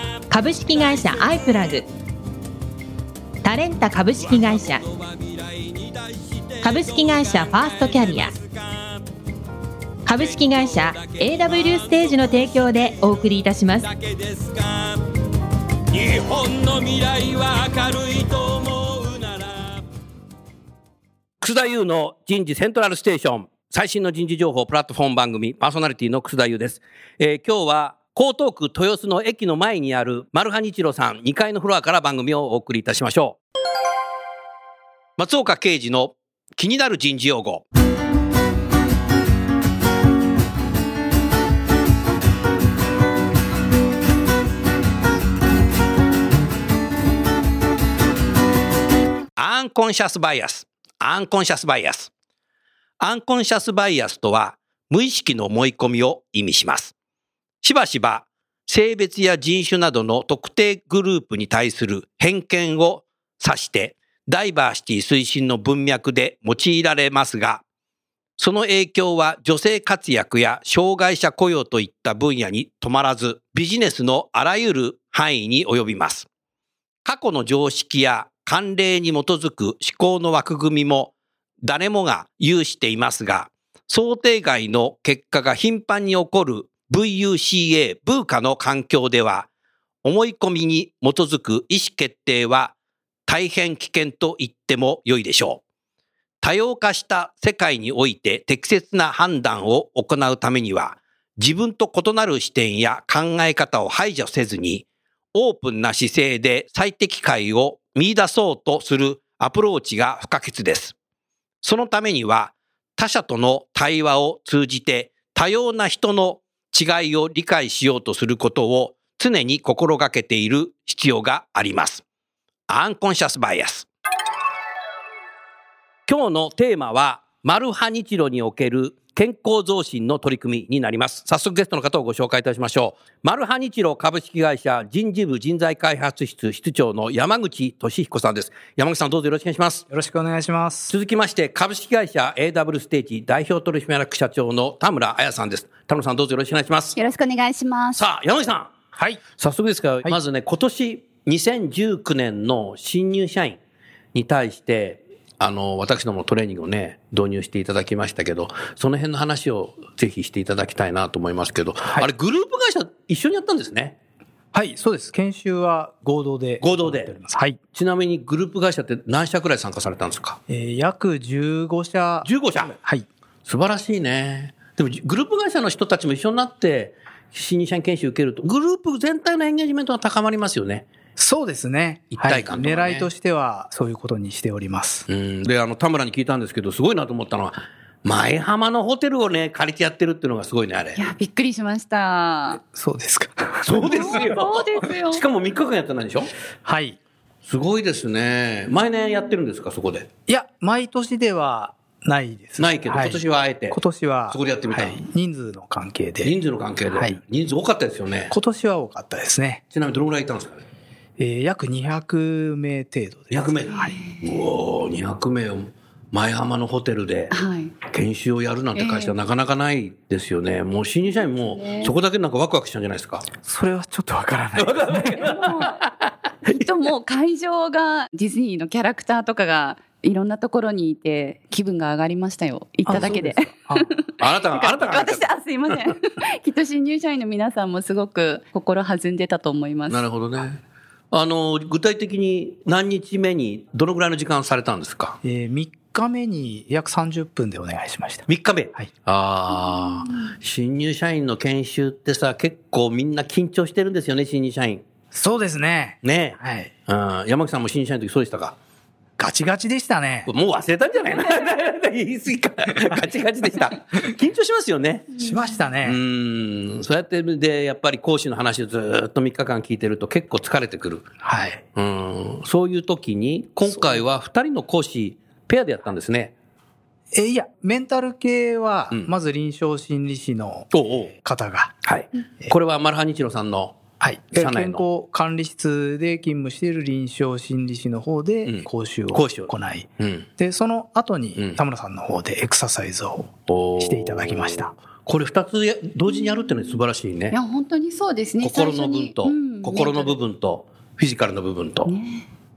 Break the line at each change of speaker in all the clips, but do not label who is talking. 株式会社アイプラグタレンタ株式会社株式会社ファーストキャリア株式会社 AW ステージの提供でお送りいたします
日本の未来は明るいと思うなら楠田優の人事セントラルステーション最新の人事情報プラットフォーム番組パーソナリティの楠田優です、えー今日は江東区豊洲の駅の前にあるマルハニチロさん2階のフロアから番組をお送りいたしましょう松岡刑事の気になる人事用語アンコンシャスバイアス。アンコンシャスバイアス。アンコンシャスバイアスとは、無意識の思い込みを意味します。しばしば、性別や人種などの特定グループに対する偏見を指して、ダイバーシティ推進の文脈で用いられますが、その影響は女性活躍や障害者雇用といった分野に止まらず、ビジネスのあらゆる範囲に及びます。過去の常識や慣例に基づく思考の枠組みも誰もが有していますが、想定外の結果が頻繁に起こる VUCA、ブーカの環境では、思い込みに基づく意思決定は大変危険と言っても良いでしょう。多様化した世界において適切な判断を行うためには、自分と異なる視点や考え方を排除せずに、オープンな姿勢で最適解を見出そうとするアプローチが不可欠です。そのためには他者との対話を通じて多様な人の違いを理解しようとすることを常に心がけている必要があります。アンコンシャスバイアス。今日のテーマはマルハニチロにおける健康増進の取り組みになります。早速ゲストの方をご紹介いたしましょう。マルハニチロ株式会社人事部人材開発室室長の山口俊彦さんです。山口さんどうぞよろしくお願いします。
よろしくお願いします。
続きまして、株式会社 AW ステージ代表取締役社長の田村彩さんです。田村さんどうぞよろしくお願いします。
よろしくお願いします。
さあ、山口さん。はい。早速ですが、まずね、今年2019年の新入社員に対して、あの、私どものトレーニングをね、導入していただきましたけど、その辺の話をぜひしていただきたいなと思いますけど、あれ、グループ会社一緒にやったんですね。
はい、そうです。研修は合同で。
合同で
やっておりますはい。
ちなみにグループ会社って何社くらい参加されたんですか
えー約15社。
?15 社。
はい。
素晴らしいね。でも、グループ会社の人たちも一緒になって、新入社員研修受けると、グループ全体のエンゲージメントが高まりますよね。
そうですね。
一体感とかね
はい。狙いとしては、そういうことにしております。
うん。で、あの、田村に聞いたんですけど、すごいなと思ったのは、前浜のホテルをね、借りてやってるっていうのがすごいね、あれ
い。や、びっくりしました。
そうですか。
そうです
そうですよ
し。かも3日間やってないでしょ
はい。
すごいですね。毎年やってるんですか、そこで。
いや、毎年ではないです。
ないけど、
は
今年はあえて。
今年は。
そこでやってみた
はい人数の関係で。
人数の関係で。
はい
人数多かったですよね。
今年は多かったですね。
ちなみにどのぐらいいたんですかね
えー約200名程度で。
200名。うおー200名を前浜のホテルで
はい。
研修をやるなんて会社はなかなかないですよね。もう新入社員も
ね
そこだけなんかワクワクしちゃうんじゃないです か。
それはちょっとわからない。
きっともう会場がディズニーのキャラクターとかがいろんなところにいて気分が上がりましたよ。行っただけで。
あ。そうですか
あなたが、あなたが入っちゃっ
私、
た。
あ、すいま せん。きっと新入社員の皆さんもすごく心弾んでたと思います。
なるほどね。あの、具体的に何日目にどのぐらいの時間されたんですか
あえ3日目に約30分でお願いしました。
?3 日目。
はい
ああ、新入社員の研修ってさ、結構みんな緊張してるんですよね、新入社員。
そうですね。
ね
はい。
え。うん、山木さんも新入社員の時そうでしたか
ガチガチでしたね。
もう忘れたんじゃないの 言い過ぎか。 ガチガチでした。緊張しますよね。
しました
う
ね。
ーん。そうやって、で、やっぱり講師の話をずーっと3日間聞いてると結構疲れてくる。
はい。
うーん。そういう時に、今回は2人の講師、ペアでやったんですね。
え、いや、メンタル系は、
うん
まず臨床心理士の
おうおう
方が、
はい。これはマルハニチロさんの、
はい。え
社内
健
の
康管理室で勤務している臨床心理士の
う
方
ん
で講習を
講習を
行い、
うん。
で、その後
うん
に田村さんの方でエクササイズをしていただきました。
これ2つや同時にやるってのは素晴らしいね
い。や本当にそうですね
心の部分と、
最初にうん
心の部分と、フィジカルの部分と、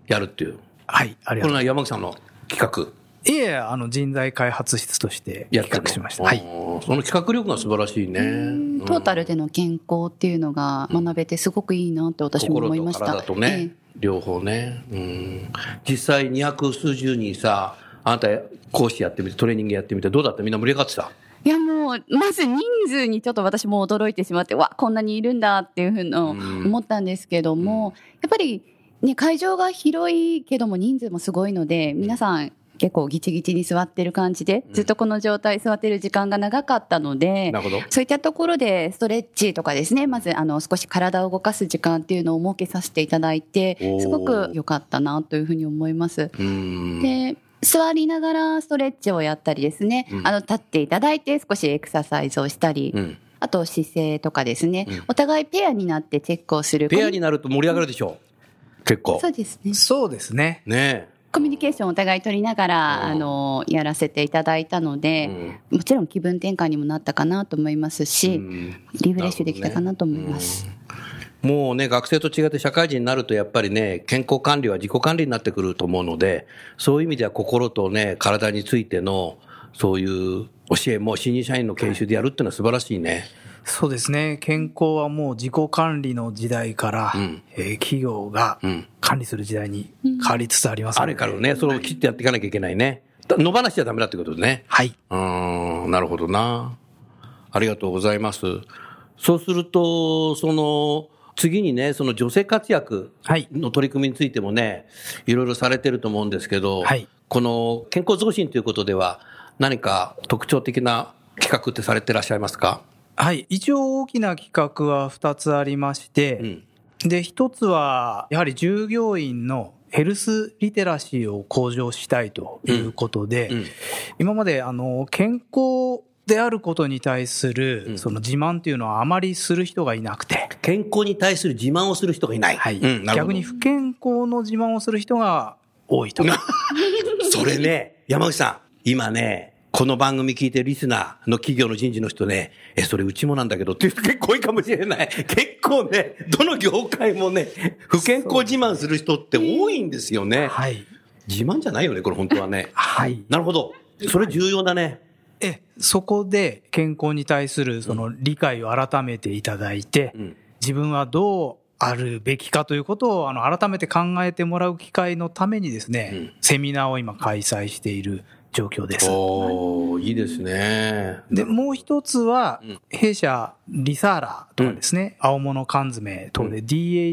やるっていう。
はい、あり
これ
がとう。
は山口さんの企画。
いえいえ、あの、人材開発室として
やっ
企
たの
画しました。はい。
おーその企画力が素晴らしいね。
うん
うん
トータルでの健康っていうのが学べてすごくいいなって私も
心
思い
と
ました。
体とね、両方ね。うん実際二百数十人さ、あなた講師やってみて、トレーニングやってみて、どうだったみんな盛り上がってた。
いやもうまず人数にちょっと私も驚いてしまってわこんなにいるんだっていうふうのを
うん
思ったんですけども、やっぱり、ね、会場が広いけども人数もすごいので皆さん結構ギチギチに座ってる感じで
うん
ずっとこの状態座ってる時間が長かったので。
なるほど。
そういったところでストレッチとかですねまずあの少し体を動かす時間っていうのを設けさせていただいて
おー
すごく良かったなというふうに思います。
うん。
で座りながらストレッチをやったりですね、
うん
あの立っていただいて少しエクササイズをしたり、
うん
あと姿勢とかですね、
うん
お互いペアになってチェックをする
ペアになると盛り上がるでしょう。結構
そ。うですね
そうですね。
ね
コミュニケーションをお互い取りながら、
うん
あのやらせていただいたの
え。
で、
うん
もちろん気分転換にもなったかなと思いますし、
うん
リフレッシュできたかなと思います、
うんもうね、学生と違って社会人になるとやっぱりね、健康管理は自己管理になってくると思うので、そういう意味では心とね、体についての、そういう教えも新入社員の研修でやるっていうのは素晴らしいね。
そうですね。健康はもう自己管理の時代から、
うん
えー企業が
うん。
管理する時代に変わりつつあります
あ
ので
れからね、それを切ってやっていかなきゃいけないね。だ野放しじゃダメだってことですね。
はい。
うーん、なるほどな。ありがとうございます。そうすると、その、次にね、その女性活躍
はい
の取り組みについてもね、いろいろされてると思うんですけど、
はい
この健康増進ということでは、何か特徴的な企画ってされてらっしゃいますか
はい。一応大きな企画は2つありまして、
うん。
で、一つは、やはり従業員のヘルスリテラシーを向上したいということで、
うん。
今まで、あの、健康であることに対する、
うん
その自慢っていうのはあまりする人がいなくて、
健康に対する自慢をする人がいない。
はい。
うん、なるほ
逆
ど
に。不健康の自慢をする人が多いと。
それね、山口さん、今ね、この番組聞いてるリスナーの企業の人事の人ね、え、それうちもなんだけどっていう人結構多いかもしれない。 結構ね、どの業界もね、不健康自慢する人って多いんですよね。
はい。
自慢じゃないよね、これ本当はね。
はい。
なるほど。それ重要だね。
え、そこで健康に対するその理解を改めていただいて、
うん。
自分はどうあるべきかということをあの改めて考えてもらう機会のためにですね、
うん
セミナーを今開催している状況です。
おー、いいですね。
で、もう一つは
うん、
弊社リサーラとかですね、青物缶詰等
う
で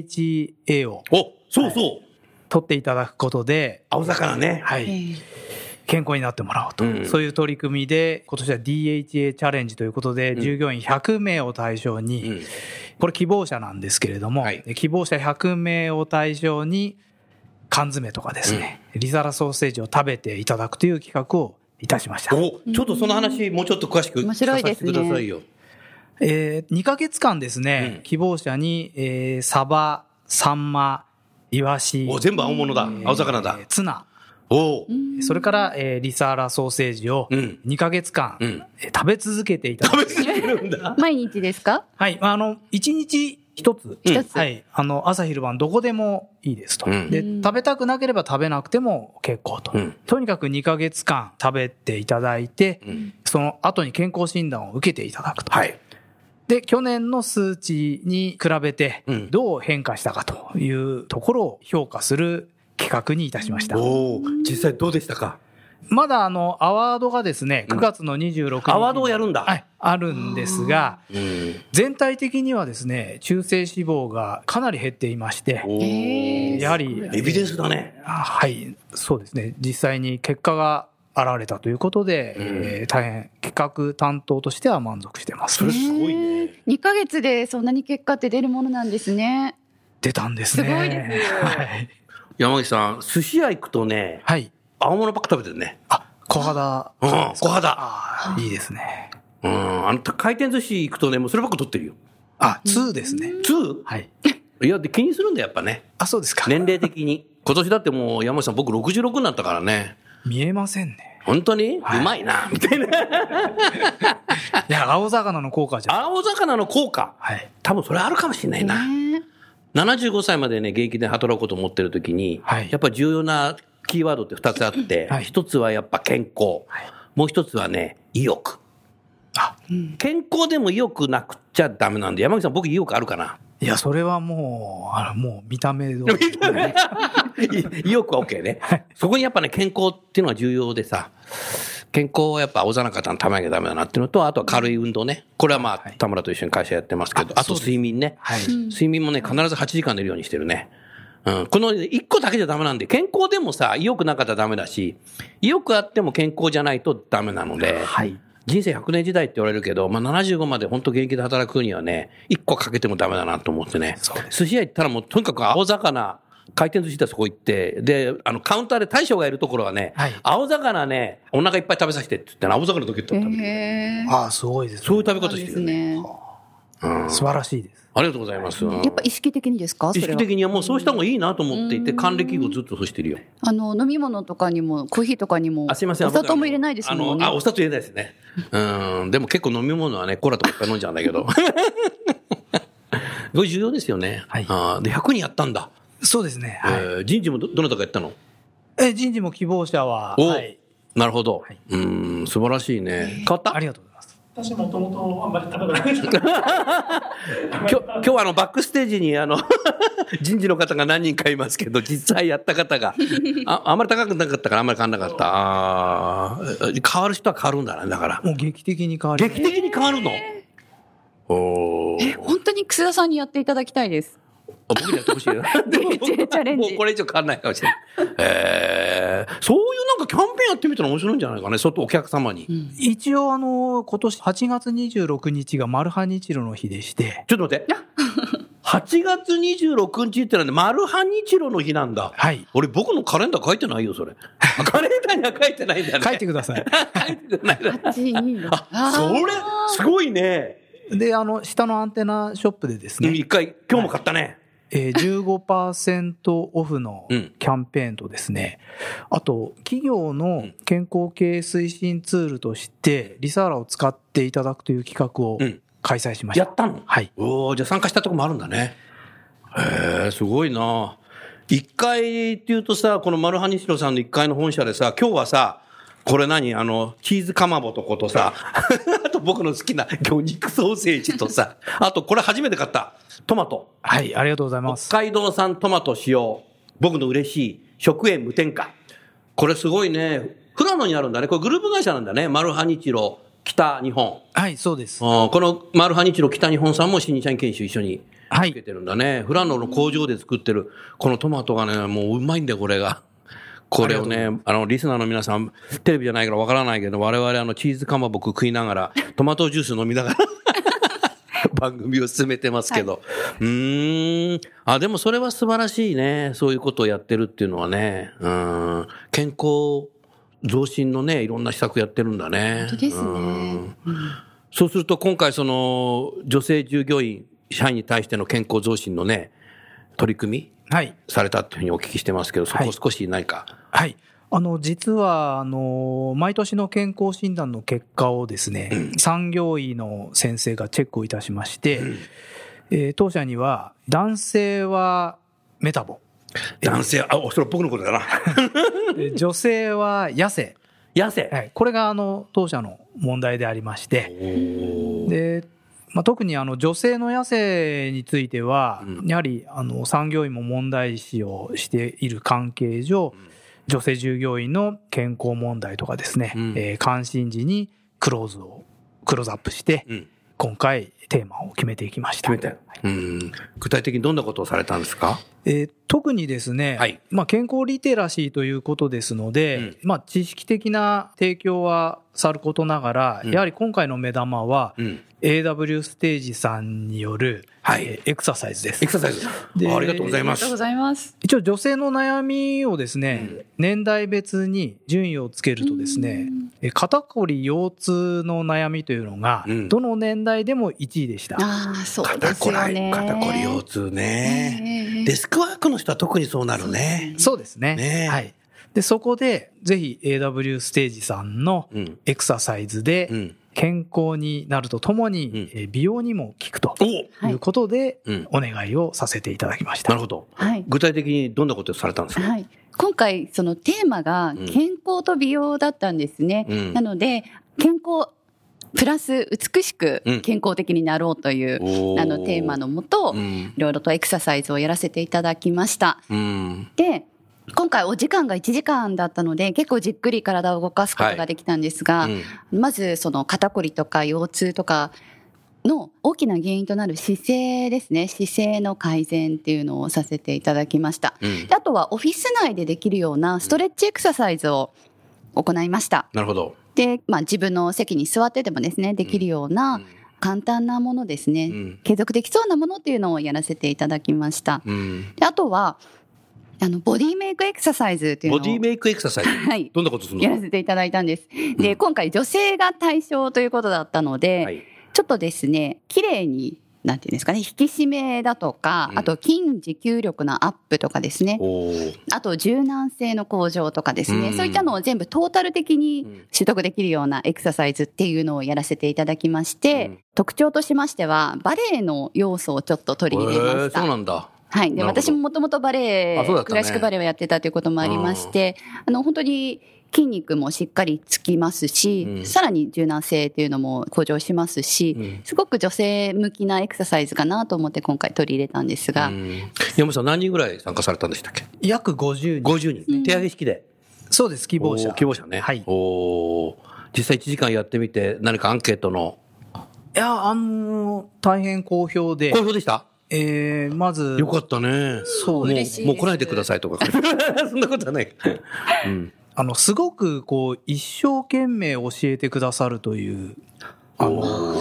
DHA を
お、そうそう。
取っていただくことで、
青魚ね。
はい、
ええ
健康になってもらおうと、
うん
そういう取り組みで、今年は DHA チャレンジということで、
うん
従業員100名を対象に、
うん。
これ希望者なんですけれども、
はい
希望者100名を対象に缶詰とかですね、リザラソーセージを食べていただくという企画をいたしました。
お、ちょっとその話、もうちょっと詳しく
面白いですね
聞かせてくださいよ。
えー、2ヶ月間ですね、
うん
希望者に、えーサバ、サンマ、イワシ、
お、全部青物だ。青魚だ
えー。ツナ、
おー
うん
それから、えーリザラソーセージを
うん。
2ヶ月間、
うん
えー食べ続けていただく。
食べ過ぎるんだ。
毎日ですか
はい、あの、1日1つ。
うん
一つ、
はい。あの、朝昼晩どこでもいいですと。
うん
で
う、ん
食べたくなければ食べなくても結構と。
うん
とにかく2ヶ月間食べていただいて、
うん
その後に健康診断を受けていただくと。
はい。
で、去年の数値に比べて
うん、
どう変化したかというところを評価する企画にいたしました。
おお、実際どうでしたか。
まだあの、アワードがですね、
うん
9月の26日に。
アワードをやるんだ
はい。あるんですが、
うん
全体的にはですね、中性脂肪がかなり減っていまして、
お
え
ー
ー
やはり
エビデンスだね。
あはい、そうですね。実際に結果が現れたということで、
うん
えー大変企画担当としては満足してます。
すごいね。
2ヶ月でそんなに結果って出るものなんですね。
出たんですね。
すごいです
はい。
山口さん、寿司屋行くとね、
はい。
青物ばっか食べてるね。
あ、小肌。
うん、小肌。
あーいいですね。
うん、あの回転寿司行くとね、もうそればっか取ってるよ。
あ、2ですね。
2?
はい。
いや、で気にするんだよ、やっぱね。
あ、そうですか。
年齢的に。 今年だってもう山口さん僕66になったからね。
見えませんね。
本当に、
はいう
まいな、みたいな。
いや、青魚の効果じゃ。
青魚の効果。
はい。
多分それあるかもしれないな。
ね
75歳までね、現役で働こうと思ってる時に、
はい
やっぱ重要なキーワードって2つあって、
はい
1つはやっぱ健康。もう1つはね、意欲。
あ、
健康でも意欲なくちゃダメなんで、山口さん僕意欲あるか な
いや、それはもう、あら、もう見た目通り。
い意欲は OK ね。そこにやっぱね、健康っていうのは重要でさ、健康はやっぱ青ざな方のためなきゃダメだなっていうのと、あとは軽い運動ね。これはまあ、
はい
田村と一緒に会社やってますけど、
あ
あと
そうです
睡眠ね。
はい。
睡眠もね、必ず8時間寝るようにしてるね。うん、この1個だけじゃダメなんで、健康でもさ、意欲なかったらダメだし、意欲あっても健康じゃないとダメなので、
はい。
人生100年時代って言われるけど、まあ、75まで本当現役で働くにはね、1個かけてもダメだなと思ってね
そう、で
寿司屋行ったらもうとにかく青魚、回転寿司だそこ行って、で、あの、カウンターで大将がいるところはね、
はい
青魚ね、お腹いっぱい食べさせてって言ってね、青魚だけ食べてる、
へー
ああ、すごいです、ね。
そういう食べ
そう
方
で
して
す
るよね。
ね。
うん
素晴らしいです。
ありがとうございます。うん
やっぱ意識的にですか？そ
意
れ
識
は。
的にはもうそうした方がいいなと思っていて、
うん
還暦以後ずっとそうしてるよ。
あの飲み物とかにもコーヒーとかにも
あ、すいません。
お砂糖も入れないですもん
あのあ、
ね
お。砂糖入れないですね。うん。でも結構飲み物はね、コーラとかいっぱい飲んじゃうんだけど。 すごい重要ですよね。
はい
あーで、100人やったんだ。
そうですね。
え
はい。
ー人事もど、どなたかやったの
え、人事も希望者は、
おう
はい。
なるほど。
はい
うん、素晴らしいね。変わった
ありがとうございます。
私もともとあんまり高くないです。
今日、今日はあの、バックステージにあの、 人事の方が何人かいますけど、実際やった方 が、ああんまり高くなかったから、あんまり変わんなかった。あー変わる人は変わるんだな、だから。
もう劇的に変わり
劇的に変わるの、お
え
ー
本当に楠田さんにやっていただきたいです。
あ僕にやってほしいな でも僕は
チャレンジ
もうこれ以上変わんないかもしれない。えー、そういうなんかキャンペーンやってみたら面白いんじゃないかね、外お客様に。
一応あの、今年8月26日がマルハニチロの日でして、
ちょっと待って。8月26日ってなんで、マルハニチロの日なんだ。
はい。
俺僕のカレンダー書いてないよ、 それ。あカレンダーには書いてないんだね。
書いてく ださい。
書いてないんだね。
8 2
あ、それ、すごいね。
で、あの、下のアンテナショップでですね、
一回、今日も買ったね。
えー、15%オフの
う
キ
ん
ャンペーンとですね、あと、企業の健康経営推進ツールとして、リサーラを使っていただくという企画を
うん
開催しまし
や
た。
ったの
はい。
おおじゃあ参加したとこもあるんだね。へえ、すごいな。1階っていうとさ、このマルハニシロさんの1階の本社でさ、今日はさ、これ何あの、チーズかまぼとことさ、 あと僕の好きな魚肉ソーセージとさ、あとこれ初めて買った、トマト。
はい、ありがとうございます。
北海道産トマト使用。僕の嬉しい、食塩無添加。これすごいね。富良野にあるんだね。これグループ会社なんだね。マルハニチロ北日本。
はい、そうです。
あーこのマルハニチロ北日本さんも新入社員研修一緒に
は
受け
い。
てるんだね。フラノの工場で作ってる、このトマトがね、もううまいんだよ、これが。これをね、あの、リスナーの皆さん、テレビじゃないからわからないけど、我々、あの、チーズかまぼく食いながら、トマトジュース飲みな がら、番組を進めてますけど。うーん。あ、でもそれは素晴らしいね。そういうことをやってるっていうのはね。うん。健康増進のね、いろんな施策やってるんだね。
本当ですね
うんそうすると今回その女性従業員、社員に対しての健康増進のね、取り組み
はい。
されたっていうふうにお聞きしてますけど、そ
は
こ
い
少し何か。
はい。あの、実は、あの、毎年の健康診断の結果をですね、産業医の先生がチェックをいたしまして、えー当社には、男性はメタボ、
男性、あ、それ僕のことだな。
で女性は痩せ、
痩せ。
はい、これが、あの、当社の問題でありまして、で、まあ、特にあの女性の痩せについては、
うん
やはりあの産業医も問題視をしている関係上、女性従業員の健康問題とかですね、
うん
えー関心時にクローズをクローズアップして、
うん
今回テーマを決めていきました。
決めて
はい
うん具体的にどんなことをされたんですか
えー特にですね、
はい
まあ、健康リテラシーということですので、
うん
まあ、知識的な提供はさることながら、
うん
やはり今回の目玉は、
うん
AW ステージさんによる、
はい
えーエクササイズです
エク。ササイズ。
で
ありがとうござい
あり
ま
がとうご
す
ざいます。
一応女性の悩みをですね、
うん
年代別に順位をつけるとですね、え肩こり腰痛の悩みというのが、
うん
どの年代でも1位でした。
ああ、そうで
肩
す
こ
よ
らえ
ね。
肩こり腰痛ね
ね
デスクワークの人は特にそうなるね
そうですね。
ねえ
はい。で、そこで、ぜひ AW ステージさんの
うん
エクササイズで、
うん
健康になるととも
うん
に、えー美容にも効くと
お
いうことで、
うん
お願いをさせていただきました。
なるほど
はい。
具体的にどんなことをされたんですか
はい。今回、そのテーマが
うん
健康と美容だったんですね。
うん
なので、健康、プラス美しく
うん
健康的になろうという、
お
あの、テーマのもと、
うん
いろいろとエクササイズをやらせていただきました。
うん
で、今回お時間が1時間だったので、結構じっくり体を動かすことができたんですが、
うん
まずその肩こりとか腰痛とかの大きな原因となる姿勢ですね。姿勢の改善っていうのをさせていただきました。
うん
であとはオフィス内でできるようなストレッチエクササイズを行いました。
なるほど
で、まあ自分の席に座ってでもですね、できるような簡単なものです
う
ね。
ん
継続できそうなものっていうのをやらせていただきました。
うん
であとは、あの、ボディメイクエクササイズっていうの
ボ
を。
ディメイクエクササイ ズ
はい。
どんなことする
やら
の
せていただいたんです。で、
うん
今回女性が対象ということだったので、
はい
ちょっとですね、綺麗に、なんていうんですかね、引き締めだとか、
うん
あと筋持久力のアップとかですね、
おー
あと柔軟性の向上とかですね、
うん
そういったのを全部トータル
う
的に
ん
取得できるようなエクササイズっていうのをやらせていただきまして、
うん
特徴としましては、バレエの要素をちょっと取り入れま
へー
した。
そうなんだ
はい。で、
なるほど
私ももともとバレエ、
あそうだったね
クラシックバレエをやってたということもありまして、あの、本当に筋肉もしっかりつきますし、
うん
さらに柔軟性っていうのも向上しますし、
うん
すごく女性向きなエクササイズかなと思って今回取り入れたんですが、
うん山本さん何人ぐらい参加されたんでしたっけ
約50人。
50人手上げ式で
そうです、希望者。
おー希望者ね。
はい。い
おー実際1時間やってみて、何かアンケートの。
や、あのー大変好評で
好、評でした
えー、まず、
よかったね。
そう
も
で
う
す
もう来ないでくださいとか。 そんなことはない。うん。
あの、すごく、こう、一生懸命教えてくださるという、あの、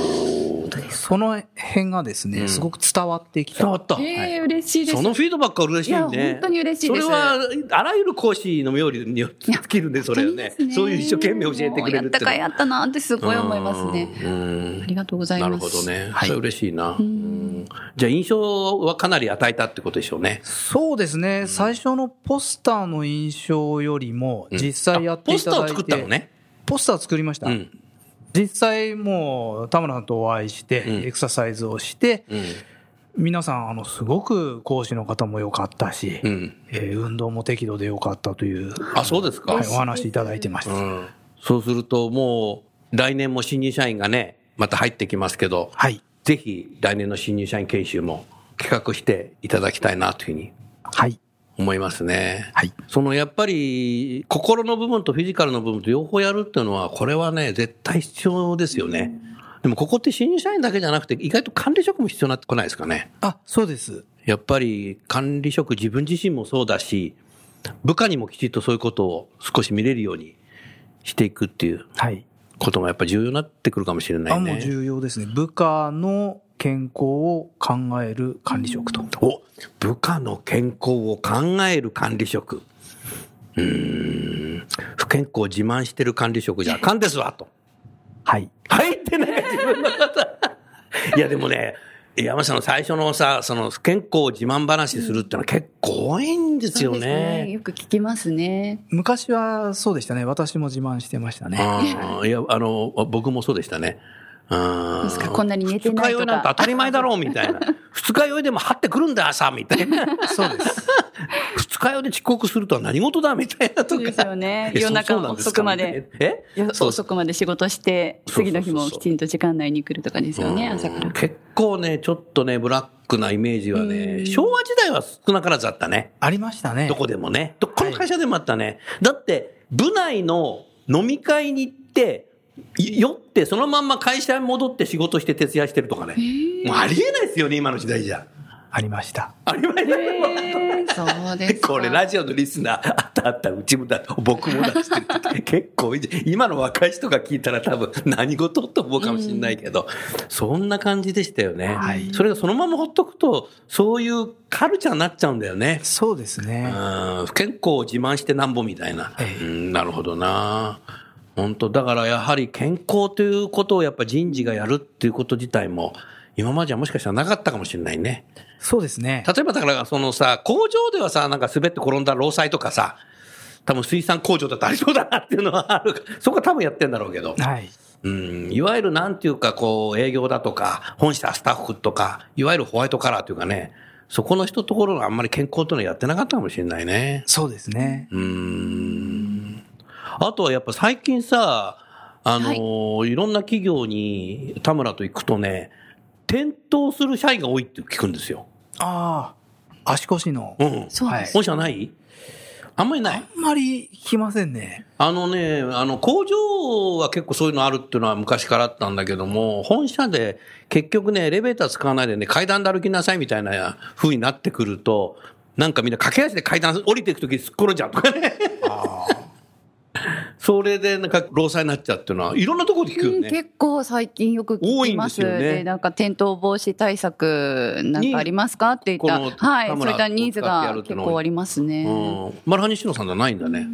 その辺がですね、
うん
すごく伝わってきた。
伝わった。
えー嬉しいです。
そのフィードバックは嬉しい
いや、
ね。
本当に嬉しい
そ
で
れ
す。
は、あらゆる講師の妙理によって尽きるね、それは
本当に
ね
ですね
そういう一生懸命教えてくれる
もうや
っ
ってた
のは
かいやったなってすごい思いますね。
うん
ありがとうござい
な
ます。
るほどね。
はい
それ嬉しいな。
うん
うんじゃあ印象はかなり与えたってことでしょうね。
そうですね、最初のポスターの印象よりも、
うん
実際やって
ポ
い
スタ
た
ー
だ
を
いて、
作ったのね。
ポスター作りました。
うん。
実際もう、田村さんとお会いして、
うん
エクササイズをして、
うん。
皆さん、あの、すごく講師の方も良かったし、
うん。
えー運動も適度で良かったという、
あ、そうですか。
はい、お話いただいてました。
うん、そうするともう来年も新入社員がねまた入ってきますけど、
はい。
ぜひ来年の新入社員研修も企画していただきたいなというふうに
はい。
思いますね。
はい。
そのやっぱり心の部分とフィジカルの部分と両方やるっていうのはこれはね絶対必要ですよね。でもここって新入社員だけじゃなくて意外と管理職も必要になってこないですかね。
あ、そうです。
やっぱり管理職自分自身もそうだし部下にもきちっとそういうことを少し見れるようにしていくっていう
はい。
こともやっぱ重要になってくるかもしれな
あ
い
もう
ね。
重要ですね。部下の健康を考える管理職と。
お部下の健康を考える管理職。うーん不健康を自慢してる管理職 じゃあかんですわと。
はい。
入ってない自分の方。いやでもね山下の最初のさその不健康を自慢話するってのは結構多いんです
そう
よ
ですね。
ね。
よく聞きますね。
昔はそうでしたね。私も自慢してましたね。
あーいやあの僕もそうでしたね。あ
ですか
ー
こんなに寝て
二
な
日
い
酔
と
いなんて当
か。
たり前だろうみたいな。二日酔いでも張ってくるんだ朝みたいな。
そうです。
二日酔いで遅刻するとは何事だみたいなと
そう
か。。
ですよね
え
夜中
そうなんです
遅
か
くまで。。
え
夜
そう
遅くまで仕事して、
そうそうそうそう
次の日もきちんと時間内に来るとかですよね、朝から。
結構ね、ちょっとね、ブラックなイメージは
う
ね、
ん
昭和時代は少なからずあったね。
ありましたね。
どこでもね。どこの会社でもあったね。だって、部内の飲み会に行って、い酔ってそのまんま会社に戻って仕事して徹夜してるとかね。もうありえないですよね、今の時代じゃ。
ありました。
ありえない。
へー そうですか。
これラジオのリスナー、あったあった、うちもだ、僕もだっつ って、結構いい、今の若い人が聞いたら多分何事と思うかもしれないけど、そんな感じでしたよね。
はい
それがそのままほっとくと、そういうカルチャーになっちゃうんだよね。
そうですね。
うん不健康を自慢してなんぼみたいな、
ええ
うんなるほどな本当だからやはり健康ということをやっぱ人事がやるっていうこと自体も今まではもしかしたらなかったかもしれないね
そうですね。
例えばだからそのさ工場ではさなんか滑って転んだ労災とかさ多分水産工場だってありそうだなっていうのはあるからそこは多分やってんだろうけど
はい。
うん、いわゆるなんていうか、こう、営業だとか、本社スタッフとか、いわゆるホワイトカラーというかね、そこの人ところがあんまり健康というのはやってなかったかもしれないね。
そうですね。
うん。あとはやっぱ最近さ、あのーい、ろんな企業に田村と行くとね、転倒する社員が多いって聞くんですよ。
ああ、足腰の。
うん。
そうです。
本社ないあんまりない
あんまり聞きませんね。
あのね、あの、工場は結構そういうのあるっていうのは昔からあったんだけども、本社で結局ね、エレベーター使わないでね、階段で歩きなさいみたいな風になってくると、なんかみんな駆け足で階段降りていくときすっ転んじゃうとかね。 それでなんか労災になっちゃうっていうのは、いろんなところで聞くよ
うん
ね。
結構最近よく聞きます
多いんですよね
なんか転倒防止対策なんかありますかっていった
にこの
はい
田村
そういったニーズ
を使ってや
が
るってい
結
うの
構ありますね。
うん。丸羽西野さんじゃないんだね。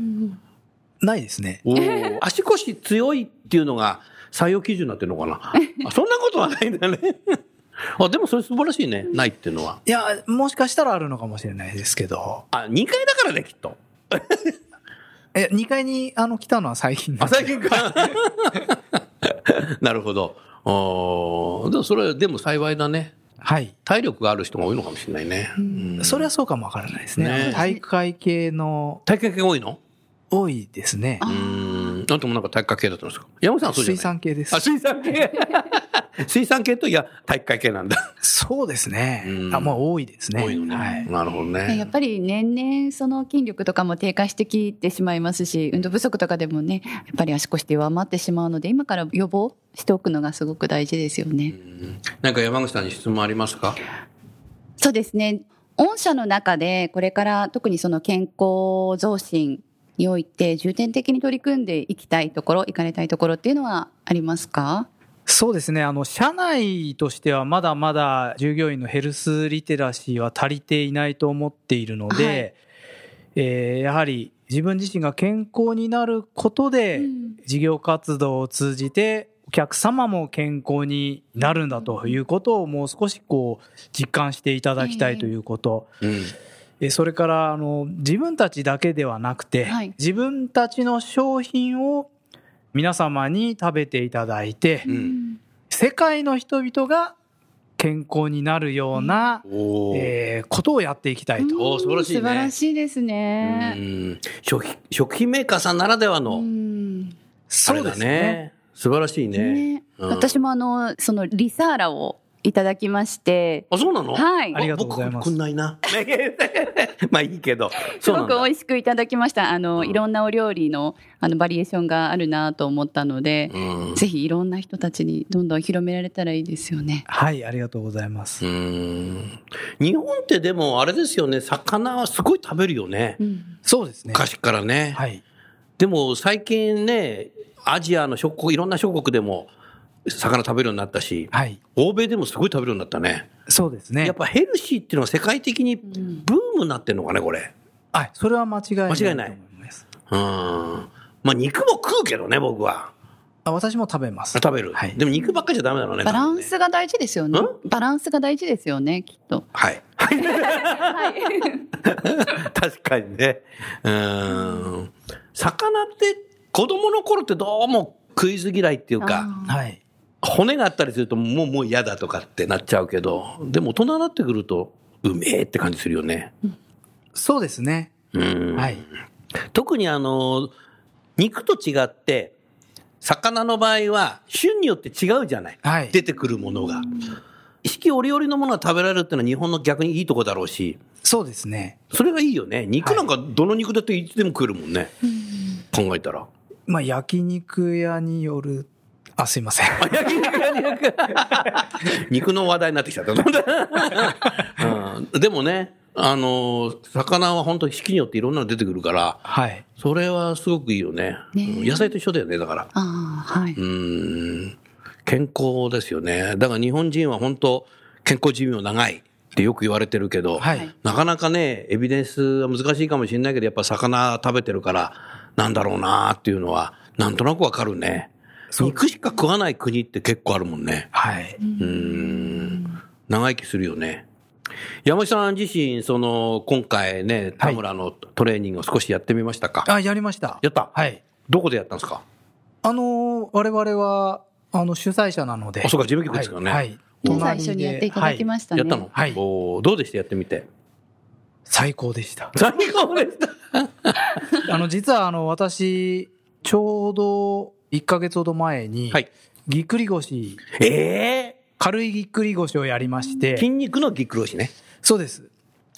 ないですね。
お ー足腰強いっていうのが採用基準になってるのか な。あそんなことはないんだね。 あ、でもそれ素晴らしいね。ないっていうのは。
いや、もしかしたらあるのかもしれないですけど。
あ、2階だからね、きっと。
え、2階にあの来たのは最近な
あ、
んで
最近か。 なるほど。おーでもそれ、でも幸いだね。
はい。
体力がある人が多いのかもしれないね。うん
それはそうかもわからないですね。
ね
あの体育会系の
体育会系が多いの
多いですね。
うーん。なんともなんか体育会系だったんですか山本さんはそうじゃ
水
ない
産系です
あ、。水産系水産系と、いや、体育会系なんだ。
そうですね
う。ん
あ、まあ多いですね。
多いのね。
はい。
なるほど
ねや
ね。
っぱり年々その筋力とかも低下してきてしまいますし運動不足とかでもねやっぱり足腰って弱まってしまうので今から予防しておくのがすごく大事ですよね。
うんなんか山口さんに質問ありますか
そうですね。御社の中でこれから特にその健康増進において重点的に取り組んでいきたいところ、行かれたいところっていうのはありますか？
そうですね。あの、社内としてはまだまだ従業員のヘルスリテラシーは足りていないと思っているので、
はい
えーやはり自分自身が健康になることで、事業活動を通じてお客様も健康になるんだということをもう少しこう実感していただきたいということ、
うん。
えそれからあの自分たちだけではなくて、
はい
自分たちの商品を皆様に食べていただいて、
うん
世界の人々が健康になるような、
おー
えーことをやっていきたいと、
おー素晴らしいね
素晴らしいです
う
ね。
ん食品食品メーカーさんならではの、
うん
あ
そ
れ
うで
だ
すね。
ね。素晴らしいね。
ね
うん
私もあのそのリサーラをいただきまして、
あ、そうなの
はい
あ。りがとうございます
僕くんないな。 まあいいけど。
す
そうな
ご
んだ
く美味しくいただきました。あの、
うん
いろんなお料理のあのバリエーションがあるなと思ったので、
うん
ぜひいろんな人たちにどんどん広められたらいいですよね。
はい、ありがとうございます。
うん日本ってでもあれですよね、魚はすごい食べるよね。
うん
そうですね。
昔からね。
はい。
でも最近ね、アジアの諸国、いろんな諸国でも魚食べるようになったし、
はい。
欧米でもすごい食べるようになったね。
そうですね。
やっぱヘルシーっていうのは世界的にブ
ん
ームになってんのかね、これ。
はい、それは間違いない
間違いない
と思います。
うん。まあ肉も食うけどね、僕は。
あ私も食べます。
食べる。
はい
でも肉ばっかりじゃダメだろうね。
バラ
多分
ン
ね
スが大事ですよね
ん。
バランスが大事ですよね、きっと。
はい。 確かにね。うーん。魚って子供の頃ってどうも食いず嫌いっていうか、
あー
はい。
骨があったりするともうもう嫌だとかってなっちゃうけど、でも大人になってくると、うめえって感じするよね。
そうですね。
うん。
はい。
特にあの、肉と違って、魚の場合は、旬によって違うじゃない。
はい。
出てくるものが。四季折々のものが食べられるっていうのは日本の逆にいいとこだろうし、
そうですね。
それがいいよね。肉なんかどの肉だっていつでも食えるもんね。考えたら。
まあ、焼肉屋による、あ、すいません。
肉の話題になってきちゃった。 うんでもね、あのー、魚は本当引きによっていろんなの出てくるから、
はい。
それはすごくいいよね。
ね
うん野菜と一緒だよね、だから。。
ああ、はいう
ーん。健康ですよね。だから日本人は本当、健康寿命長いってよく言われてるけど、
はい。
なかなかね、エビデンスは難しいかもしれないけど、やっぱ魚食べてるから、なんだろうなっていうのは、なんとなくわかるね。
そう
肉しか食わない国って結構あるもんね。
はい。
うーん。長生きするよね。山下さん自身、その、今回ね、田村のトレーニングを少しやってみましたか、
あ、やりました。
やった
はい。
どこでやったんですか
あのー、我々は、あの、主催者なので。
あ、そうか、事務局ですからね。
はい。
今
はい
最初にやっていただきましたね。
やったの、
はい
おーどうでしたやってみて。
最高でした。
最高でした。
あの、実は、あの、私、ちょうど1ヶ月ほど前に、
はい。
ぎっくり腰、
ええ
軽いぎっくり腰をやりまし
筋
て、
肉のぎっくり腰ね。
そうです。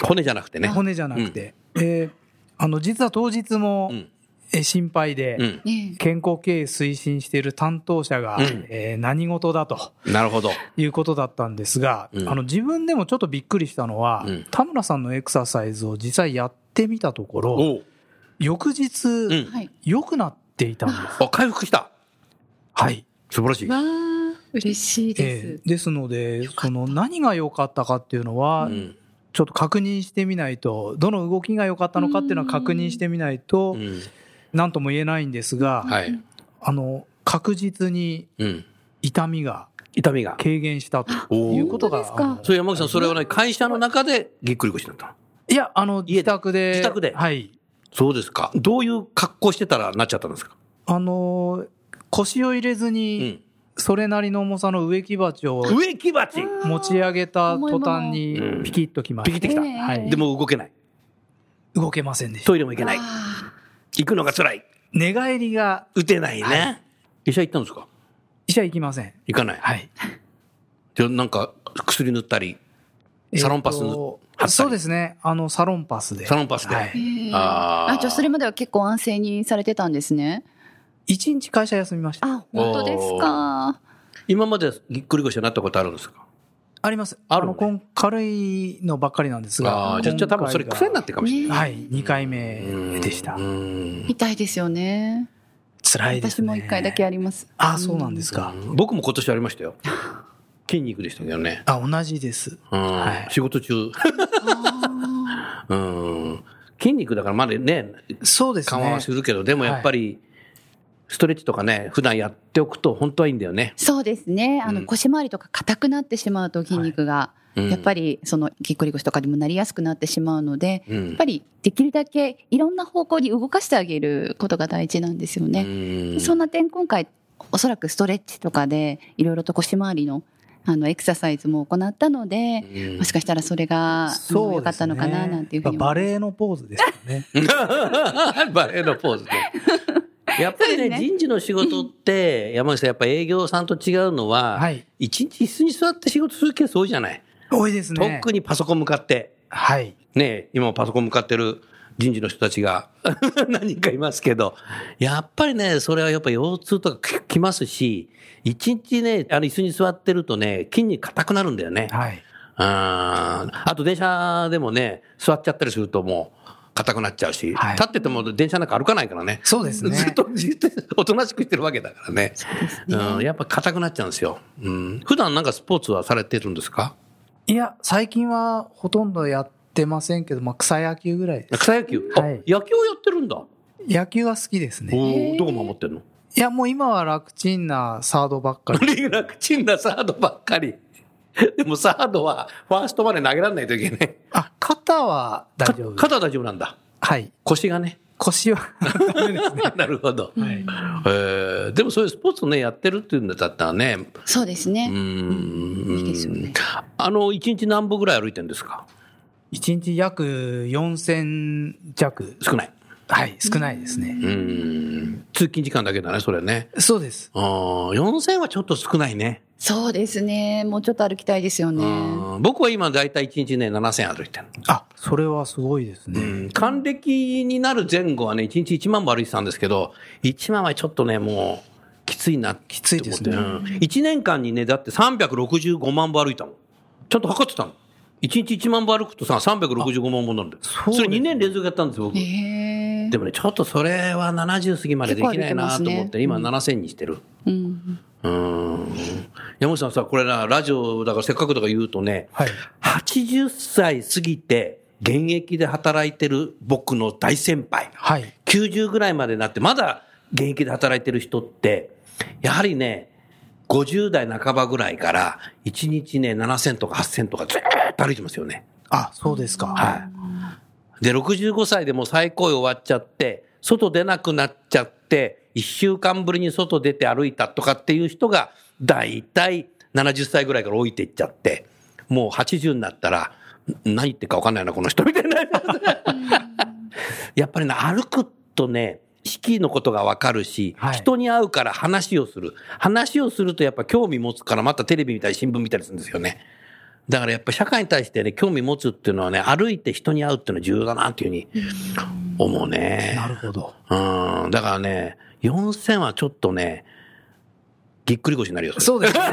骨じゃなくてね。
骨じゃなくて。えーあの、実は当日も、
うん。
えー心配で、
うん。
ね
健康経営推進している担当者が、
うん
えー何事だと
なるほど。
いうことだったんですが、
うん
あの自分でもちょっとびっくりしたのは、
うん
田村さんのエクササイズを実際やってみたところ、
う。
翌
う
日、
え
ん。
はい。
良くなっていたんです。
あ、回復した。
はい。
素晴らしい。
わあ、嬉しいで
え
す。
ーですので、
よかった
その何が良かったかっていうのは、
うん。
ちょっと確認してみないと、どの動きが良かったのかっていうのは確認してみないうと、
ん。
何とも言えないんですが、
はい。
あの、確実に
うん。
痛みが
痛みが。
軽減したと
お
いう
ー
ことが
本当ですか
あの
そう、山口さん、それはね、会社の中でぎっくり腰になったの。
いや、あの、
家で
自宅で。
自宅で
はい。
そうですか。どういう格好してたらなっちゃったんですか
あのー、腰を入れず
う
に、。それなりの重さの植木鉢を
植木鉢
持ち上げた途端に
うん、
ピキッときま
ピキ
した。
ってきた。
ええ
はい
でも動けない。
動けませんでした
ト。イレも行けない。
あ
行くのが辛い。
寝返りが、
打てない
は
ね。医者行ったんですか
医者行きません。
行かない。
はい。
で、なんか、薬塗ったり。サロンパス
えーと
貼ったり
そうですね。あの、サロンパスで。
サロンパスで
は
ー
い。
へえ
あー
あ、じゃあそれまでは結構安静にされてたんですね。
一日会社休みました。
あ、本当ですか。
今までぎっくり腰になったことあるんですか
あります。
あるのね
の、こん軽いのばっかりなんですが。。
ああー、じゃあじゃあ多分それ癖になっててるかもしれない。
はい。2回目でした
う。ん
痛いですよね。
辛いです
私
ね。
も一回だけあります。
ああ、そうなんですか。
僕も今年ありましたよ。 筋肉でしたけどね。
あ、同じです。
うん
はい
仕事中、
あ
うん。筋肉だからまだね、
そうです
緩和
ね
はす。るけど、でもやっぱり、ストレッチとかね、普段やっておくと本当はいいんだよね。
ーそうですね。あ
う
の
ん
腰回りとか硬くなってしまうと筋肉が、
うん
やっぱりそのぎっくり腰とかにもなりやすくなってしまうので、
うん、や
やっぱりできるだけいろんな方向に動かしてあげることが大事なんですよね。
ね
そんな点今回おそらくストレッチとかでいろいろと腰回りのあのエクササイズも行ったので、もしかしたらそれがあの良かったのかななんていうふうに
バ
思います
レエのポーズですよ ね。
バレエのポーズで。やっぱりね
そうですね
人事の仕事って、山口さん、やっぱ営業さんと違うのは、
はい。
一日椅子に座って仕事するケース多いじゃない。
多いですね。
特にパソコン向かって、
はい。
ね、今もパソコン向かってる人事の人たちが 何人かいますけど、やっぱりね、それはやっぱ腰痛とかききますし、一日ね、あの椅子に座ってるとね、筋肉硬くなるんだよね。
はい。
あーあと電車でもね、座っちゃったりするともう、硬くなっちゃうし、
はい
立ってても電車なんか歩かないからね。
そうですね。
ずっとじっとおとなしくしてるわけだからね。
ね
うん、やっぱ硬くなっちゃうんですよ。うん、普段なんかスポーツはされてるんですか
いや、最近はほとんどやってませんけど、まあ、草野球ぐらいです。
草野球、あ
はい
野球をやってるんだ。
野球は好きですね。
おお、どこ守ってんの
いや、もう今は楽ちんなサードばっかり。
楽ちんなサードばっかり。 でもサードはファーストまで投げられないといけない。
あ、肩は大
か
丈夫。
肩は大丈夫なんだ。
はい。
腰が ね。
腰はダメですね。
なるほど。
はい
えーでもそういうスポーツね、やってるっていうんだったらね、
そうです
う
ね。
ーん
いいですよね
あの、一日何歩ぐらい歩いてるんですか
一日約4000弱。
少ない。
はい、少ないですね。
うん。通勤時間だけだね、それね。
そうです。
あー4000はちょっと少ないね。
そうですね。もうちょっと歩きたいですよね。
うん僕は今だいたい1日ね、7000歩いてる。
あ、それはすごいですね。
うん還暦になる前後はね、1日1万も歩いてたんですけど、1万はちょっとね、もう、きついな、き
ついですね
1年間にね、だって365万歩歩いたの。ちゃんと測ってたの。1日1万歩歩くとさ、365万歩なんだよ。
そうです
それ2年連続やったんですよ、僕。
へえ
でもね、ちょっとそれは70過ぎまでできないなと思って、今7000にしてる。
うん。
うん。山本さんさ、これな、ラジオだからせっかくだから言うとね、
はい。
80歳過ぎて現役で働いてる僕の大先輩、
はい。
90ぐらいまでになってまだ現役で働いてる人って、やはりね、50代半ばぐらいから1日ね、7000とか8000とかずーっと歩いてますよね。
あ、そうですか。
はい。で、65歳でもう最高位終わっちゃって、外出なくなっちゃって、1週間ぶりに外出て歩いたとかっていう人が、大体70歳ぐらいから老いていっちゃって、もう80になったら、ん何言ってるか分かんないな、この人みたいな。やっぱりね、歩くとね、四季のことが分かるし、
はい
人に会うから話をする。話をするとやっぱ興味持つから、またテレビ見たり新聞見たりするんですよね。だからやっぱ社会に対してね、興味持つっていうのはね、歩いて人に会うっていうのは重要だなっていうふうに思うね
な。るほど。
うん。だからね、4000はちょっとね、ぎっくり腰になるよ。それ
そうですね。
もう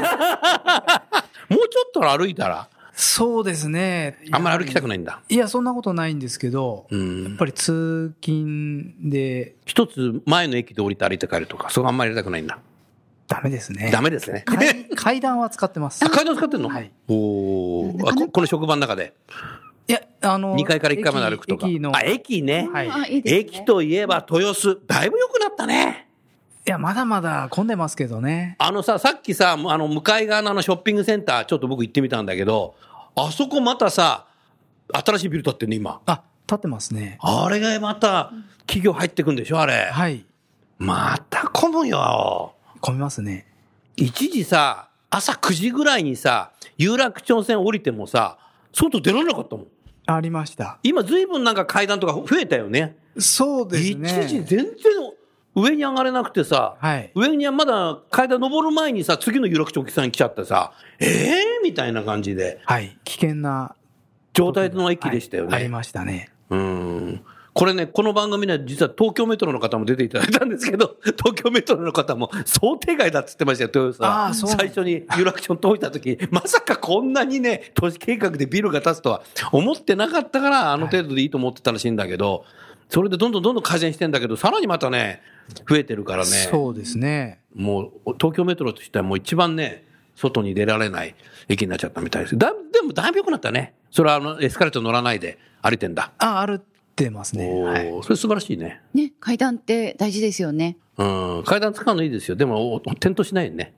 ちょっと歩いたら、
そうですね。
あんまり歩きたく
い
ないんだ。
や。いや、そんなことないんですけど、
う
やっ
ん。
ぱり通勤で
一つ前の駅で降りて歩いて帰るとか、そこあんまりやりたくないんだ。
ダメですね。
ダメですね。
階階段は使ってます。
階段使ってんの、
はい
おお
なかな
あ
か
ここの職場の中で
いや、あの、
2階から1階まで歩くとか
駅駅の、
あ
い
駅ね、
はい
あいいですね
駅といえば豊洲だいぶ良くなったね
や、まだまだ混んでますけどね。
あのささっきさあの向かい側のあのショッピングセンターちょっと僕行ってみたんだけどあそこまたさ新しいビル建ってんね今
あ、立ってますね。
あれがまた企業入ってくんでしょあれ、
はい。
また混むよ
混みますね。
一時さ朝9時ぐらいにさ有楽町線降りてもさ外出られなかったもん
ありました。
今ずいぶんなんか階段とか増えたよね
そうですね。
一時全然上に上がれなくてさ、
はい。
上にはまだ階段登る前にさ、次の有楽町お客さん来ちゃってさ、えー、みたいな感じで、
はい。危険な
状態の駅でしたよね。
はいありましたね。
うん。これね、この番組ね、実は東京メトロの方も出ていただいたんですけど、 東京メトロの方も想定外だっつってましたよ、豊洲さん。
あーそうなんだ
最初に有楽町通った時、まさかこんなにね、都市計画でビルが建つとは思ってなかったから、あの程度でいいと思ってたらしいんだけど、それでどんどんどんどん改善してんだけど、さらにまたね、増えてるからね、
そうですね。
もう東京メトロとしてはもう一番ね、外に出られない駅になっちゃったみたいです。だでもだいぶ良くなったね。それはあのエスカレート乗らないで歩いてんだ。
あ、歩ってますね。
お
はい。
ーそれ素晴らしいね。
ね、階段って大事ですよね。
うん、階段使うのいいですよ。でも、お転倒しないよね。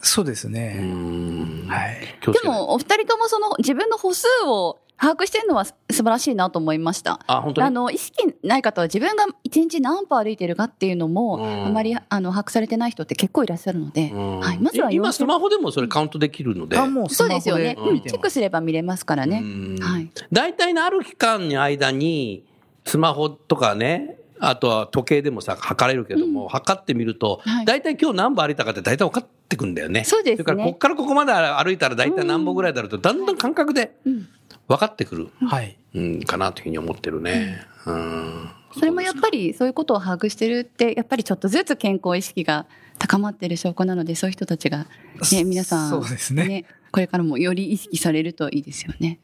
そうです
う
ね。
ん。
はい。
気を
で
つけない
も、お二人ともその自分の歩数を把握してるのは素晴らしいなと思いました。
あ、本当に。
あの、意識ない方は自分が一日何歩歩いてるかっていうの
う
も、
ん
あまり、あの、把握されてない人って結構いらっしゃるので、
うん
はい。まずは
え今、
40
スマホでもそれカウントできるので。
あ、もうス
そう
マ
ですよ
ホ
ね
で。
うん
見
チ
て
ェック
ます。
すれば見れますからね。はい。
大体のある期間の間に、スマホとかね、あとは時計でもさ、測れるけども、測ってみると
は、い
大体今日何歩歩いたかって大体分かってくんだよね。
そうですね
れから、こっからここまで歩いたら大体何歩ぐらいだろうと、だんだん感覚で
うん
分かってくる、
はい。
うん、かなというふうに思ってるね。うん。
それもやっぱりそういうことを把握してるって、やっぱりちょっとずつ健康意識が高まってる証拠なので、そういう人たちが、ね、皆さん、
そうですね。
これからもより意識されるといいですよね。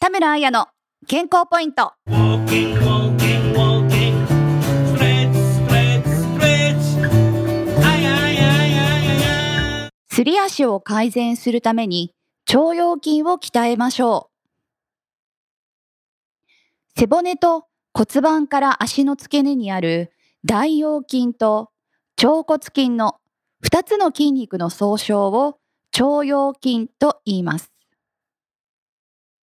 田村彩の健康ポイント。
Walking, walking, walking. Stretch, stretch, stretch. Ay, ay, ay, ay, ay, ay.
すり足を改善するために腸腰筋を鍛えましょう。背骨と骨盤から足の付け根にある大腰筋と腸骨筋の2つの筋肉の総称を腸腰筋と言います。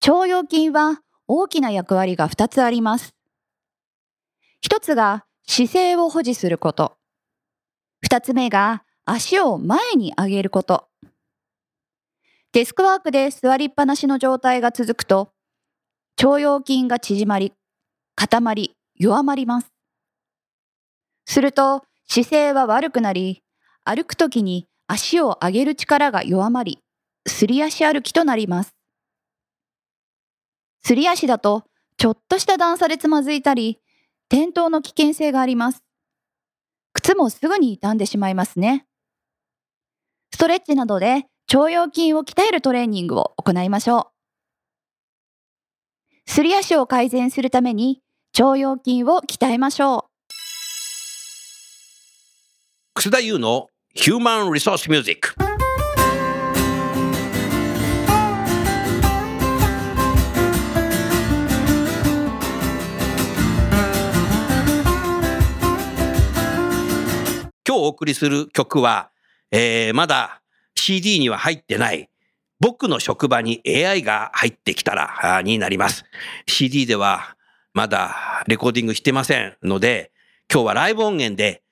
腸腰筋は大きな役割が2つあります。1つが姿勢を保持すること。2つ目が足を前に上げること。デスクワークで座りっぱなしの状態が続くと、腸腰筋が縮まり、
固まり、弱まります。すると、姿勢は悪くなり、歩くときに足を上げる力が弱まり、すり足歩きとなります。すり足だと、ちょっとした段差でつまずいたり、転倒の危険性があります。靴もすぐに傷んでしまいますね。ストレッチなどで腸腰筋を鍛えるトレーニングを行いましょう。すり足を改善するために腸腰筋を鍛えましょう。
楠田優のヒューマンリソースミュージック。今日お送りする曲は、えーまだ CD には入ってない僕の職場に AI が入ってきたらあーになります。CD ではまだレコーディングしてませんので、今日はライブ音源で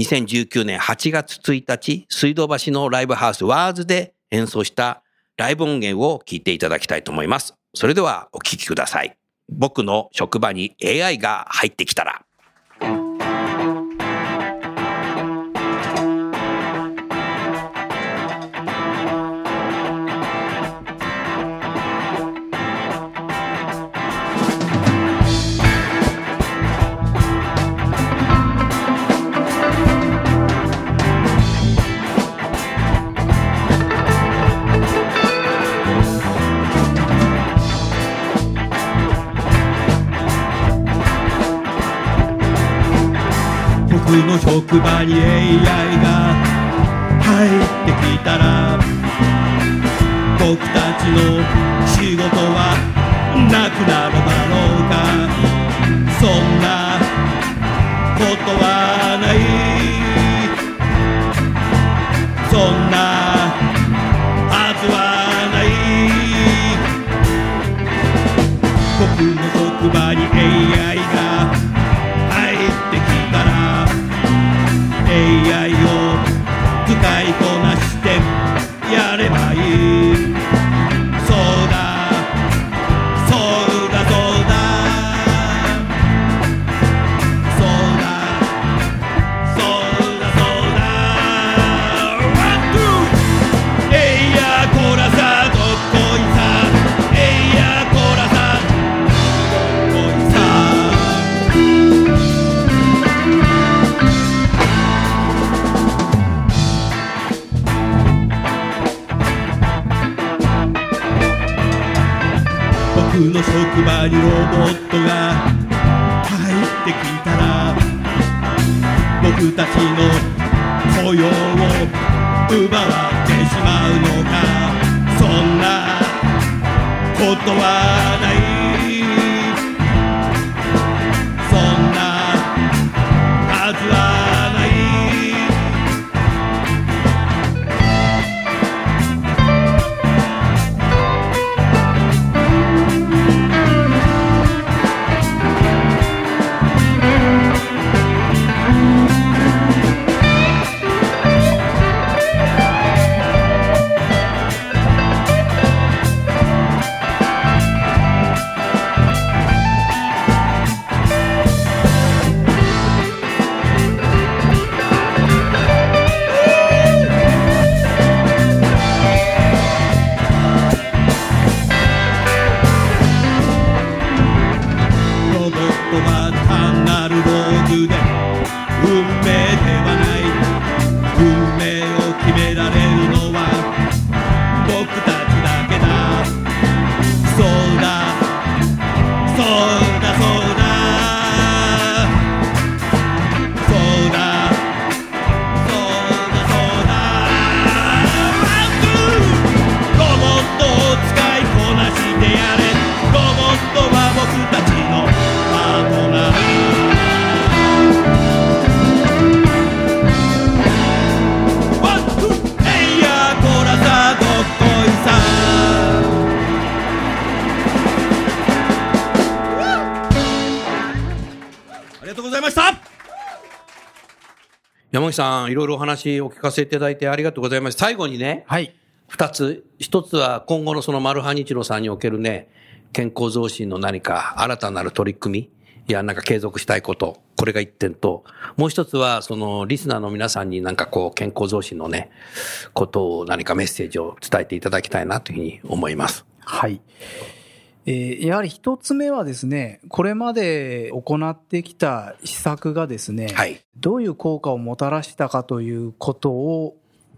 2019年8月1日、水道橋のライブハウスワーズで演奏したライブ音源を聞いていただきたいと思います。それではお聞きください。僕の職場に AI が入ってきたら。
僕の職場に AI が入ってきたら僕たちの仕事はなくなるだろうかそんなことはないそんなはずはない僕の職場に AI が入ってきたら AI を使いこなしてやればいいそうだそうだそうだそうだそうだそうだワンツーえいやこらさどっこいさえいやこらさどっこいさ僕の職場にロボットが入ってきたら僕たちの雇用を奪われてしまうのかそんなことはないそんなはずはないロボットは単なる道具で運命ではない運命を決められるのは僕たちだけだそうだそうだそうだそうだそうだそうだワンツーロボットを使いこなしてやれロボットは僕たちのパートナーワンツーえいやこらさどっこいさありがとうございました
山口さん、いろいろお話を聞かせていただいてありがとうございました。最後にね、
はい。
二つ。一つは今後のそのマルハニチロさんにおけるね、健康増進の何か新たなる取り組み、いや、なんか継続したいこと、これが一点と、もう一つは、その、リスナーの皆さんになんかこう、健康増進のね、ことを何かメッセージを伝えていただきたいなというふうに思います。
はい。えーやはり一つ目はですね、これまで行ってきた施策がですね、
はい。
どういう効果をもたらしたかということを、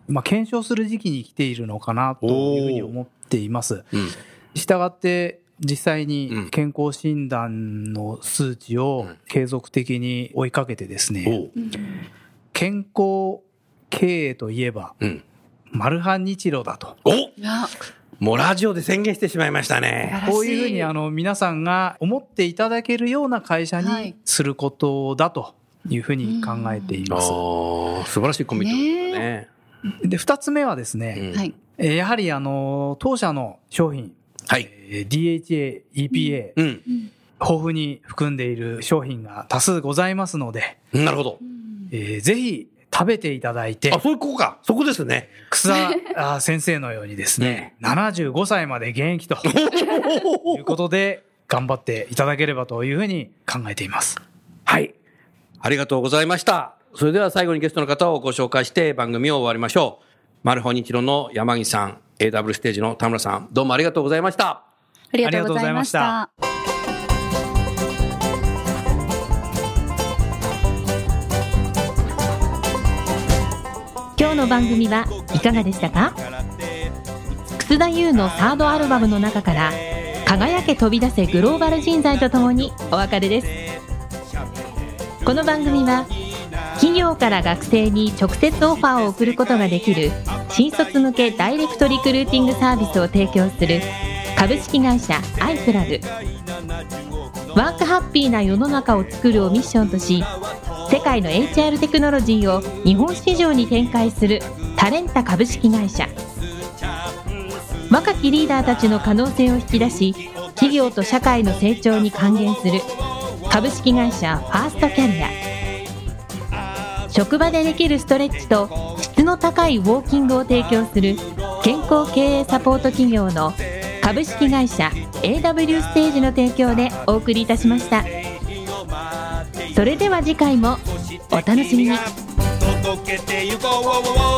まあ、検証する時期に来ているのかなというふうに思っています。
うん。
したがって、実際
うん
に健康診断の数値を
うん
継続的に追いかけてですね、
おう。
健康経営といえば、
うん。
マルハニチロだと。
お
あ
もうラジオで宣言してしまいましたね。
こういうふうにあの皆さんが思っていただけるような会社
はい
にすることだというふうに考えてい
ああ
ます。
ー、素晴らしいコミットメントだね。
で、二つ目はですね、
うん
はい。
えーやはりあの、当社の商品、
はい。
えー DHA、EPA、豊
うん。
富に含んでいる商品が多数ございますので、
なるほど。
えーぜひ食べていただいて
あ、、そういうことか。そこですね。
草 あ先生のようにですね、75歳まで現役ということで、頑張っていただければというふうに考えています。
はい。ありがとうございました。それでは最後にゲストの方をご紹介して番組を終わりましょう。マルホニチロの山岸さん、AW ステージの田村さん、どうもありがとうございました。
ありがとうございました。
今日の番組はいかがでしたか楠田優のサードアルバムの中から「輝け飛び出せグローバル人材」とともにお別れですこの番組は企業から学生に直接オファーを送ることができる新卒向けダイレクトリクルーティングサービスを提供する株式会社アイプラグワークハッピーな世の中を作るをミッションとし世界の HR テクノロジーを日本市場に展開するタレンタ株式会社若きリーダーたちの可能性を引き出し企業と社会の成長に還元する株式会社ファーストキャリア職場でできるストレッチと質の高いウォーキングを提供する健康経営サポート企業の株式会社 AW ステージの提供でお送りいたしましたそれでは次回もお楽しみに
届けてゆこう